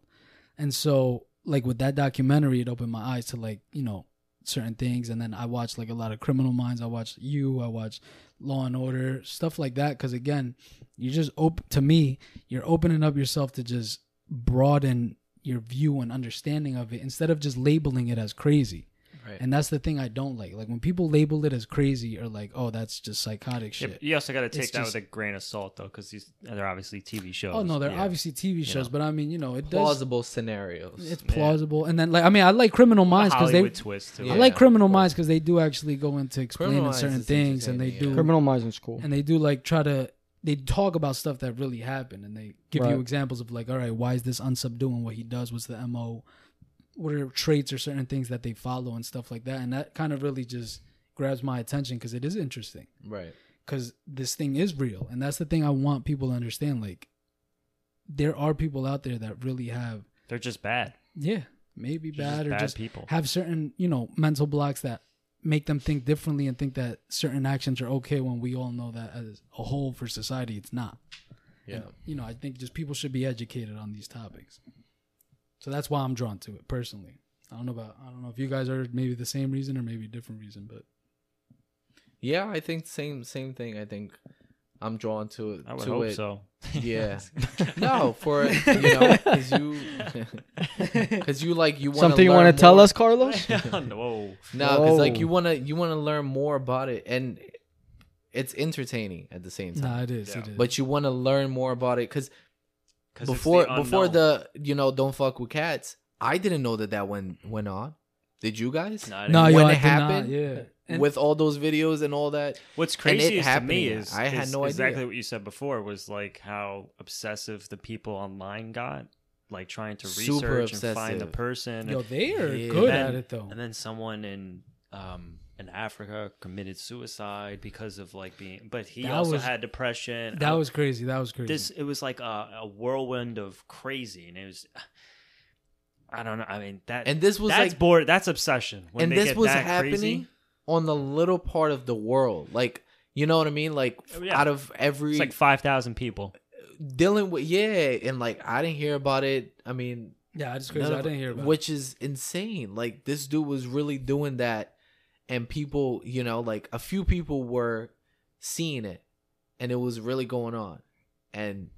Speaker 1: And so, like with that documentary, it opened my eyes to like you know certain things. And then I watched like a lot of Criminal Minds. I watched You. I watched Law and Order stuff like that. Because again, you just open to me. You're opening up yourself to just broaden your view and understanding of it instead of just labeling it as crazy.
Speaker 2: Right.
Speaker 1: And that's the thing I don't like. Like when people label it as crazy or like, oh, that's just psychotic
Speaker 4: Yeah,
Speaker 1: shit.
Speaker 4: but you also got to take
Speaker 1: It's
Speaker 4: that
Speaker 1: just-
Speaker 4: with a grain of salt, though, because these they're obviously TV shows.
Speaker 1: Oh no, they're
Speaker 4: Yeah.
Speaker 1: obviously TV shows, but I mean, you know, it does.
Speaker 2: plausible scenarios.
Speaker 1: It's
Speaker 4: Yeah.
Speaker 1: plausible, and then like I mean, I like Criminal
Speaker 4: A
Speaker 1: Minds because they.
Speaker 4: Hollywood twist. To
Speaker 2: Yeah.
Speaker 1: I
Speaker 4: it.
Speaker 1: like Criminal
Speaker 2: of course.
Speaker 1: Minds because they do actually go into explaining
Speaker 2: Minds
Speaker 1: certain
Speaker 2: is
Speaker 1: things, and they
Speaker 2: entertaining,
Speaker 1: do
Speaker 2: yeah.
Speaker 3: criminal minds in school.
Speaker 1: and they do like try to they talk about stuff that really happened and they give
Speaker 3: Right.
Speaker 1: you examples of like all right why is this unsub doing what he does what's the mo what are traits or certain things that they follow and stuff like that and that kind of really just grabs my attention because it is interesting
Speaker 2: right.
Speaker 1: because this thing is real and that's the thing i want people to understand like there are people out there that really have
Speaker 4: They're just bad.
Speaker 1: yeah maybe
Speaker 4: They're just
Speaker 1: bad or
Speaker 4: bad
Speaker 1: just
Speaker 4: people.
Speaker 1: have certain you know mental blocks that make them think differently and think that certain actions are okay when we all know that as a whole for society it's not
Speaker 2: Yeah.
Speaker 1: And, you know i think just people should be educated on these topics so that's why i'm drawn to it personally i don't know about i don't know if you guys are maybe the same reason or maybe a different reason but
Speaker 2: Yeah, I think same same thing. I think I'm drawn to it.
Speaker 4: I would
Speaker 2: to
Speaker 4: hope
Speaker 2: it.
Speaker 4: so.
Speaker 2: Yeah. no, for you know, because you, because you like you want
Speaker 3: Something you
Speaker 2: want to
Speaker 3: tell us, Carlos?
Speaker 4: Whoa.
Speaker 2: No, because like
Speaker 3: Whoa.
Speaker 2: you want to you want to learn more about it, and it's entertaining at the same time.
Speaker 1: nah it is it
Speaker 4: Yeah.
Speaker 1: is
Speaker 2: But you want to learn more about it because
Speaker 4: 'Cause it's the
Speaker 2: before before
Speaker 4: unknown.
Speaker 2: the you know don't fuck with cats, I didn't know that that went went on. Did you guys?
Speaker 4: No, I didn't
Speaker 1: no yo,
Speaker 2: when
Speaker 1: I
Speaker 2: it
Speaker 1: did not,
Speaker 2: happened,
Speaker 1: yeah And-
Speaker 2: with all those videos and all that. And
Speaker 4: What's
Speaker 2: it
Speaker 4: crazy is to
Speaker 2: happening.
Speaker 4: me is
Speaker 2: I had
Speaker 4: is
Speaker 2: no idea.
Speaker 4: exactly what you said before was like how obsessive the people online got, like trying to research
Speaker 2: Super
Speaker 4: and find the
Speaker 2: obsessive.
Speaker 4: person.
Speaker 1: yo they are
Speaker 2: Yeah.
Speaker 1: good
Speaker 4: And
Speaker 1: at
Speaker 4: then-
Speaker 1: it though
Speaker 4: and then someone in um in Africa committed suicide because of like being, but he
Speaker 1: That
Speaker 4: also
Speaker 1: was-
Speaker 4: had depression.
Speaker 1: that
Speaker 4: I-
Speaker 1: was crazy that was crazy
Speaker 4: this. It was like a, a whirlwind of crazy, and it was. I don't know. I mean that,
Speaker 2: And this was
Speaker 4: that's
Speaker 2: like
Speaker 4: bored. That's obsession. When
Speaker 2: and
Speaker 4: they
Speaker 2: this
Speaker 4: get
Speaker 2: was
Speaker 4: that
Speaker 2: happening
Speaker 4: crazy,
Speaker 2: on the little part of the world, like you know what I mean, like
Speaker 4: Oh, yeah.
Speaker 2: out of every
Speaker 4: it's like five thousand people.
Speaker 2: dealing with yeah, and like I didn't hear about it. I mean,
Speaker 1: yeah it's crazy
Speaker 2: none
Speaker 1: i
Speaker 2: of-
Speaker 1: didn't hear about it.
Speaker 2: which is insane. Like this dude was really doing that, and people, you know, like a few people were seeing it, and it was really going on, and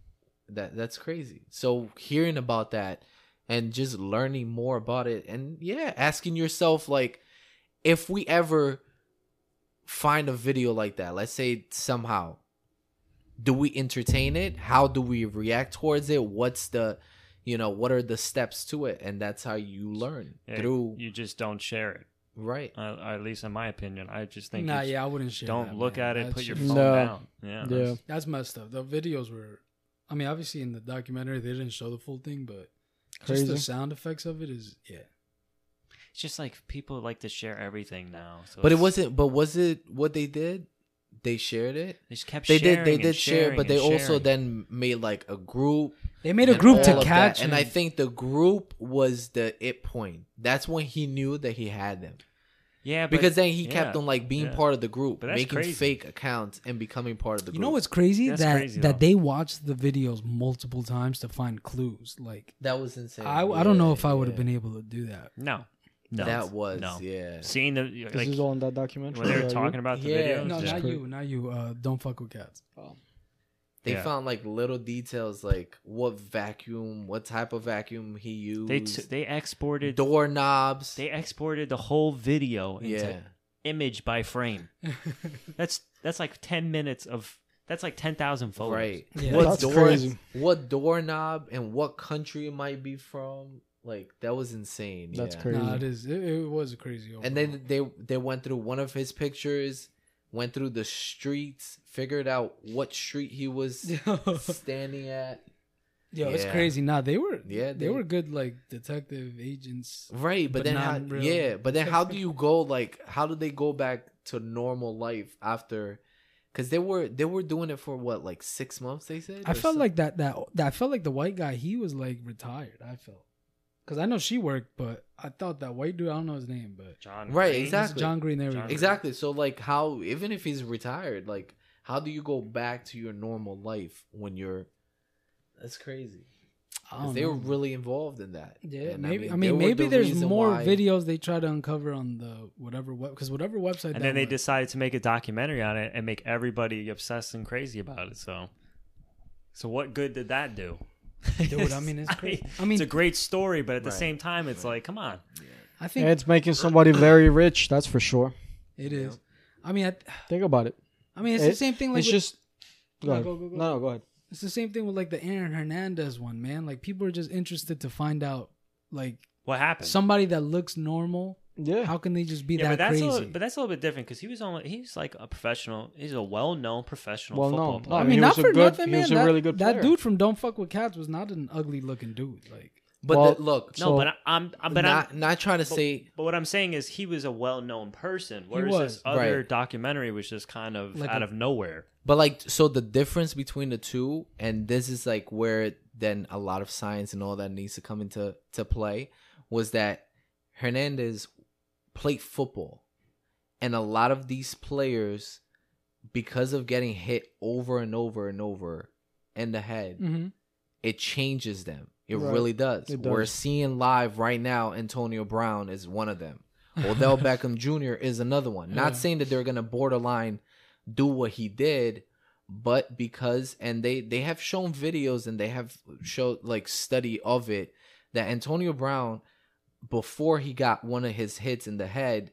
Speaker 2: that that's crazy. So hearing about that and just learning more about it, and yeah, asking yourself like, if we ever find a video like that, let's say somehow. Do we entertain it? How do we react towards it? What's the you know what are the steps to it and that's how you learn
Speaker 4: Yeah,
Speaker 2: through
Speaker 4: you just don't share it.
Speaker 2: right
Speaker 4: Uh, or at least in my opinion, I just think
Speaker 1: nah
Speaker 4: it's-
Speaker 1: yeah i wouldn't share
Speaker 4: don't
Speaker 1: that,
Speaker 4: look
Speaker 1: man.
Speaker 4: at it.
Speaker 1: That
Speaker 4: put your
Speaker 1: shit-
Speaker 4: phone
Speaker 3: No.
Speaker 4: down. Yeah,
Speaker 3: Yeah.
Speaker 4: that's-
Speaker 1: That's messed up. The videos were, I mean, obviously in the documentary they didn't show the full thing, but just the
Speaker 3: Crazy.
Speaker 1: sound effects of it is yeah.
Speaker 4: It's just like people like to share everything now. So
Speaker 2: but it
Speaker 4: it's-
Speaker 2: wasn't but was it what they did they shared it
Speaker 4: They just kept.
Speaker 2: they
Speaker 4: sharing
Speaker 2: did they
Speaker 4: and
Speaker 2: did share
Speaker 4: sharing
Speaker 2: but they
Speaker 4: and
Speaker 2: also
Speaker 4: sharing.
Speaker 2: then made like a group
Speaker 1: They made a
Speaker 2: and
Speaker 1: group
Speaker 2: all
Speaker 1: to
Speaker 2: of
Speaker 1: catch,
Speaker 2: that. and i think the group was the it point that's when he knew that he had them
Speaker 4: yeah, but,
Speaker 2: because then he kept
Speaker 4: yeah.
Speaker 2: on like being
Speaker 4: yeah.
Speaker 2: part of the group
Speaker 4: But that's
Speaker 2: making
Speaker 4: crazy.
Speaker 2: fake accounts and becoming part of the
Speaker 1: you
Speaker 2: group
Speaker 1: know what's crazy
Speaker 4: That's
Speaker 1: that
Speaker 4: crazy,
Speaker 1: that
Speaker 4: though.
Speaker 1: they watched the videos multiple times to find clues. Like
Speaker 2: that was insane
Speaker 1: I, I don't know if I would have
Speaker 2: yeah.
Speaker 1: been able to do that.
Speaker 4: No, no,
Speaker 2: that was
Speaker 4: no.
Speaker 2: yeah
Speaker 4: Seeing the
Speaker 3: This
Speaker 4: like
Speaker 3: is all in that documentary.
Speaker 4: when they
Speaker 3: Yeah,
Speaker 4: were talking about the
Speaker 2: Yeah.
Speaker 4: videos.
Speaker 1: No,
Speaker 2: Yeah.
Speaker 1: not
Speaker 4: yeah.
Speaker 1: you, not you. Uh, don't fuck with cats.
Speaker 2: They
Speaker 4: Yeah.
Speaker 2: found like little details, like what vacuum, what type of vacuum he used,
Speaker 4: They t- they exported
Speaker 2: doorknobs.
Speaker 4: they exported the whole video into
Speaker 2: yeah,
Speaker 4: image by frame. that's that's like ten minutes of that's like ten thousand photos.
Speaker 2: right.
Speaker 1: Yeah.
Speaker 2: What
Speaker 3: That's
Speaker 2: door?
Speaker 3: crazy.
Speaker 2: What doorknob and what country it might be from? Like that was insane.
Speaker 3: That's
Speaker 2: yeah.
Speaker 3: crazy.
Speaker 1: Nah, it is. It, it was crazy.
Speaker 2: And
Speaker 1: overall.
Speaker 2: then they they went through one of his pictures, went through the streets, figured out what street he was standing at.
Speaker 1: Yo, it's
Speaker 2: Yeah.
Speaker 1: crazy. Nah, they were
Speaker 2: Yeah,
Speaker 1: yeah, they,
Speaker 2: they-
Speaker 1: were good like detective agents.
Speaker 2: Right, but,
Speaker 1: But
Speaker 2: then
Speaker 1: not
Speaker 2: how,
Speaker 1: real.
Speaker 2: yeah, but then how do you go like how do they go back to normal life after cuz they were they were doing it for what like 6 months they said?
Speaker 1: I
Speaker 2: or
Speaker 1: felt
Speaker 2: some-
Speaker 1: like that, that that I felt like the white guy he was like retired. I felt because I know she worked, but I thought that white dude I don't know his name, but
Speaker 4: John.
Speaker 2: Right,
Speaker 4: Green?
Speaker 1: It's
Speaker 2: exactly.
Speaker 1: John Green. There we go.
Speaker 4: John Green.
Speaker 2: Exactly. So like how even if he's retired, like how do you go back to your normal life when you're That's
Speaker 1: I
Speaker 2: crazy. 'Cause
Speaker 1: don't
Speaker 2: They
Speaker 1: know.
Speaker 2: were really involved in that.
Speaker 1: Yeah,
Speaker 2: And
Speaker 1: maybe. I
Speaker 2: they
Speaker 1: mean,
Speaker 2: were
Speaker 1: maybe
Speaker 2: the
Speaker 1: there's
Speaker 2: reason
Speaker 1: more
Speaker 2: why-
Speaker 1: videos they try to uncover on the whatever web because whatever website.
Speaker 4: And then they
Speaker 1: was-
Speaker 4: decided to make a documentary on it and make everybody obsessed and crazy about it. So, so what good did that do?
Speaker 1: Dude, I mean, it's crazy. I mean-
Speaker 4: it's a great story, but at the
Speaker 2: Right.
Speaker 4: same time, it's like, come on.
Speaker 1: I think
Speaker 3: And it's making somebody very rich, that's for sure.
Speaker 1: it is. I mean, I,
Speaker 3: Think about it.
Speaker 1: I mean, it's
Speaker 3: It-
Speaker 1: the same thing. Like
Speaker 3: it's
Speaker 1: with-
Speaker 3: just go
Speaker 1: No,
Speaker 3: ahead.
Speaker 1: go, go, go.
Speaker 3: No, no, go ahead.
Speaker 1: It's the same thing with like the Aaron Hernandez one, man. Like people are just interested to find out like
Speaker 4: What happened?
Speaker 1: somebody that looks normal.
Speaker 3: Yeah.
Speaker 1: How can they just be
Speaker 4: yeah,
Speaker 1: that
Speaker 4: but that's
Speaker 1: crazy?
Speaker 4: a little, but that's a little bit different because he was only he's like a professional. He's a well-known professional
Speaker 3: Well,
Speaker 4: football
Speaker 3: no,
Speaker 4: player.
Speaker 1: I
Speaker 3: he
Speaker 1: mean, not
Speaker 3: was a
Speaker 1: for
Speaker 3: good-
Speaker 1: nothing,
Speaker 3: he
Speaker 1: man.
Speaker 3: was a
Speaker 1: that,
Speaker 3: really good
Speaker 1: that
Speaker 3: player.
Speaker 1: dude from Don't Fuck with Cats was not an ugly looking dude. Like
Speaker 2: But
Speaker 3: Well,
Speaker 2: the- look,
Speaker 4: No,
Speaker 3: So-
Speaker 4: but I, I'm, I'm Uh, but
Speaker 2: not
Speaker 4: I'm,
Speaker 2: not trying to
Speaker 4: but-
Speaker 2: say
Speaker 4: but what I'm saying is he was a well-known person. Whereas
Speaker 1: was.
Speaker 4: this other
Speaker 2: Right.
Speaker 4: documentary was just kind of
Speaker 1: Like
Speaker 4: out
Speaker 1: a-
Speaker 4: of nowhere.
Speaker 2: But like, so the difference between the two, and this is like where then a lot of science and all that needs to come into to play, was that Hernandez played football, and a lot of these players, because of getting hit over and over and over in the head,
Speaker 3: Mm-hmm.
Speaker 2: it changes them. It
Speaker 3: Right.
Speaker 2: really does.
Speaker 3: It
Speaker 2: We're
Speaker 3: does.
Speaker 2: seeing live right now. Antonio Brown is one of them. Odell Beckham Jr. is another one. Not
Speaker 1: Yeah.
Speaker 2: saying that they're gonna borderline do what he did, but because and they they have shown videos and they have showed like study of it that Antonio Brown before he got one of his hits in the head,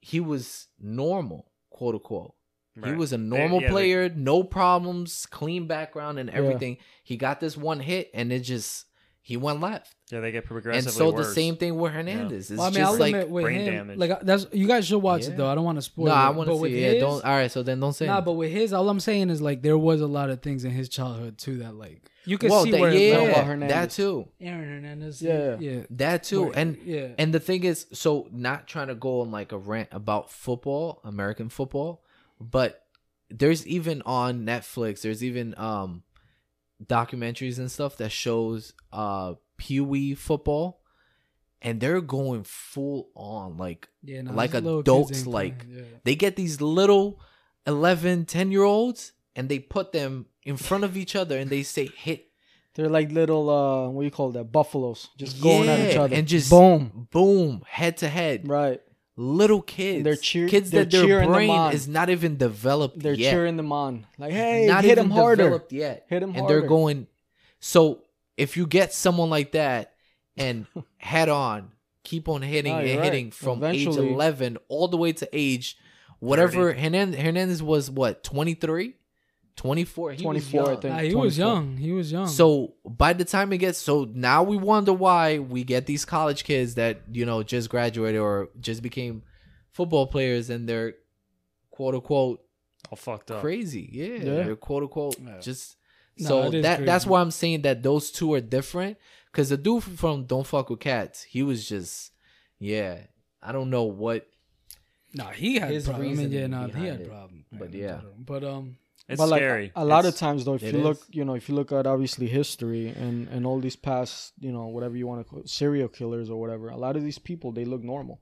Speaker 2: he was normal, quote unquote. He
Speaker 4: Right.
Speaker 2: was a
Speaker 4: They-
Speaker 2: normal
Speaker 4: yeah, they-
Speaker 2: player, no problems, clean background and everything. He got this one hit and it just he went left.
Speaker 4: Yeah, they get
Speaker 2: And
Speaker 4: progressively
Speaker 2: so
Speaker 4: worse.
Speaker 2: the same thing with Hernandez. It's
Speaker 1: Well, I mean,
Speaker 2: just
Speaker 1: I'll
Speaker 2: like
Speaker 1: admit with
Speaker 4: brain
Speaker 1: him,
Speaker 4: damage.
Speaker 1: like uh, that's you guys should watch
Speaker 2: Yeah.
Speaker 1: it though. I don't want to spoil.
Speaker 2: no,
Speaker 1: it,
Speaker 2: I want
Speaker 1: but
Speaker 2: to
Speaker 1: with
Speaker 2: see. Yeah,
Speaker 1: his-
Speaker 2: don't. All right, so then don't say.
Speaker 1: Nah,
Speaker 2: anything.
Speaker 1: but with his, all I'm saying is like there was a lot of things in his childhood too that like you can
Speaker 2: well,
Speaker 1: see
Speaker 2: that,
Speaker 1: where it
Speaker 3: led.
Speaker 2: yeah,
Speaker 1: went.
Speaker 3: Well, Hernandez.
Speaker 2: that too,
Speaker 1: Aaron Hernandez.
Speaker 3: Yeah.
Speaker 1: yeah,
Speaker 2: that too,
Speaker 1: Where-
Speaker 2: and
Speaker 1: yeah,
Speaker 2: and the thing is, so not trying to go on like a rant about football, American football, but there's even on Netflix, there's even um documentaries and stuff that shows uh Pee Wee football, and they're going full on like
Speaker 1: yeah nah,
Speaker 2: like
Speaker 1: these little kids
Speaker 2: adults,
Speaker 1: ain't
Speaker 2: like-
Speaker 1: playing, yeah.
Speaker 2: they get these little 11 10 year olds and they put them in front of each other and they say hit
Speaker 3: They're like little uh what do you call that? Buffaloes. Just going at each
Speaker 2: Yeah,
Speaker 3: other.
Speaker 2: and just-
Speaker 3: boom.
Speaker 2: boom head to head
Speaker 3: Right.
Speaker 2: little kids
Speaker 3: And they're cheer-
Speaker 2: kids
Speaker 3: they're
Speaker 2: that their
Speaker 3: cheering them
Speaker 2: brain
Speaker 3: on.
Speaker 2: is not even developed
Speaker 3: They're
Speaker 2: yet
Speaker 3: cheering them on. Like, hey,
Speaker 2: not
Speaker 3: hit
Speaker 2: even
Speaker 3: him harder.
Speaker 2: developed yet
Speaker 3: Hit 'em
Speaker 2: and they're
Speaker 3: harder.
Speaker 2: going so if you get someone like that and head on keep on hitting
Speaker 3: No,
Speaker 2: and
Speaker 3: you're right.
Speaker 2: hitting from
Speaker 3: Eventually-
Speaker 2: age 11 all the way to age whatever Hernan- hernandez was what 23 24 he
Speaker 3: 24, I
Speaker 2: was young.
Speaker 3: think.
Speaker 1: Nah, he was
Speaker 3: 24.
Speaker 1: young. He was young.
Speaker 2: So by the time it gets so now we wonder why we get these college kids that you know just graduated or just became football players and they're quote unquote
Speaker 4: all fucked up.
Speaker 2: crazy. Yeah,
Speaker 3: Yeah.
Speaker 2: they're quote unquote
Speaker 1: Yeah.
Speaker 2: just
Speaker 1: No,
Speaker 2: so
Speaker 1: it is
Speaker 2: that that's
Speaker 1: crazy.
Speaker 2: why I'm saying that those two are different because the dude from Don't Fuck with Cats he was just yeah I don't know what
Speaker 1: nah, he had
Speaker 2: his
Speaker 1: problems. I mean, yeah,
Speaker 2: reasoning
Speaker 1: nah, he
Speaker 2: behind
Speaker 1: had
Speaker 2: it.
Speaker 1: problems.
Speaker 2: But
Speaker 1: man,
Speaker 2: yeah.
Speaker 1: but um,
Speaker 4: It's
Speaker 3: but like
Speaker 4: scary.
Speaker 3: a lot of
Speaker 4: It's-
Speaker 3: times though, if
Speaker 2: it
Speaker 3: you look,
Speaker 2: is.
Speaker 3: you know, if you look at obviously history and and all these past, you know, whatever you want to call serial killers or whatever, a lot of these people they look normal,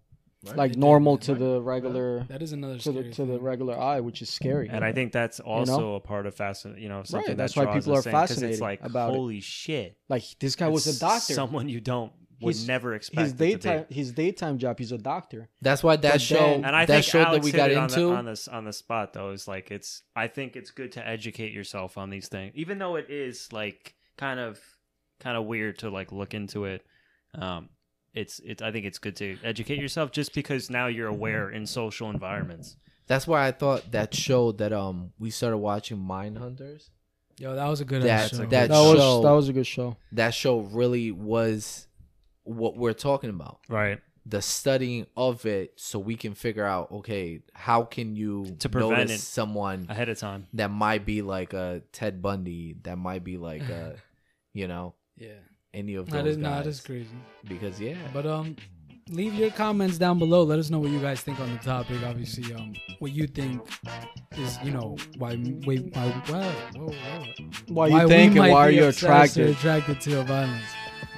Speaker 3: like normal to the regular
Speaker 1: that is another
Speaker 3: to the
Speaker 1: scary
Speaker 3: to the
Speaker 1: thing.
Speaker 3: regular eye, which is scary.
Speaker 4: And I think that's also a part of fascin you know, something
Speaker 3: Right, that's
Speaker 4: that
Speaker 3: why
Speaker 4: draws
Speaker 3: people
Speaker 4: us
Speaker 3: are
Speaker 4: in, 'cause
Speaker 3: fascinated
Speaker 4: It's like,
Speaker 3: about it.
Speaker 4: holy shit.
Speaker 3: like this guy was
Speaker 4: It's
Speaker 3: a doctor.
Speaker 4: Someone you don't would
Speaker 3: His-
Speaker 4: never expect. it
Speaker 3: his
Speaker 4: to be.
Speaker 3: daytime his daytime job, he's a doctor.
Speaker 2: that's why that
Speaker 3: But
Speaker 2: show
Speaker 3: then-
Speaker 4: And I
Speaker 2: that
Speaker 4: think
Speaker 2: show
Speaker 4: Alex
Speaker 2: that we
Speaker 4: hit
Speaker 2: got
Speaker 4: it on
Speaker 2: into
Speaker 4: the, on this on the spot though is like it's. I think it's good to educate yourself on these things, even though it is like kind of kind of weird to like look into it. Um, it's it's. I think it's good to educate yourself just because now you're aware in social environments.
Speaker 2: that's why I thought that show that um we started watching Mind Hunters
Speaker 1: Yo, that was a good.
Speaker 2: That-
Speaker 1: ass show.
Speaker 2: that
Speaker 3: That was
Speaker 2: show-
Speaker 3: that was a good show.
Speaker 2: that show really was what we're talking about.
Speaker 4: Right.
Speaker 2: the studying of it so we can figure out okay how can you
Speaker 4: To prevent
Speaker 2: notice
Speaker 4: it.
Speaker 2: someone
Speaker 4: ahead of time.
Speaker 2: that might be like a Ted Bundy that might be like a you know
Speaker 1: Yeah.
Speaker 2: any of those
Speaker 1: That is
Speaker 2: guys
Speaker 1: not as crazy.
Speaker 2: because yeah
Speaker 1: But um, leave your comments down below. Let us know what you guys think on the topic. Obviously, um, what you think is you know why why why why, why, why
Speaker 3: Why you
Speaker 1: we
Speaker 3: think and
Speaker 1: might
Speaker 3: why are
Speaker 1: be
Speaker 3: you
Speaker 1: obsessed or
Speaker 3: attracted?
Speaker 1: attracted to violence?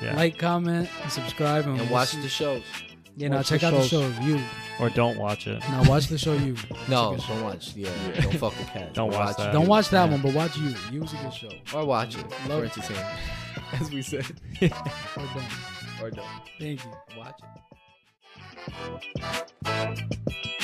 Speaker 4: Yeah.
Speaker 1: Like, comment, and subscribe, and,
Speaker 2: and
Speaker 1: we'll
Speaker 2: watch
Speaker 1: see-
Speaker 2: the shows
Speaker 1: You know,
Speaker 3: watch
Speaker 1: check
Speaker 3: the
Speaker 1: out the show.
Speaker 3: shows.
Speaker 1: You
Speaker 4: or don't watch it.
Speaker 1: now watch the show. You
Speaker 2: no
Speaker 1: It's a good
Speaker 2: don't watch yeah, don't fuck with cats
Speaker 4: Don't
Speaker 2: But
Speaker 4: watch that.
Speaker 1: don't watch that
Speaker 4: Yeah.
Speaker 1: one, but watch you. You's a good show.
Speaker 2: or watch it
Speaker 1: Love
Speaker 2: for
Speaker 1: it.
Speaker 2: entertainment as we said
Speaker 1: Well done.
Speaker 2: or don't
Speaker 1: Thank you.
Speaker 2: watch it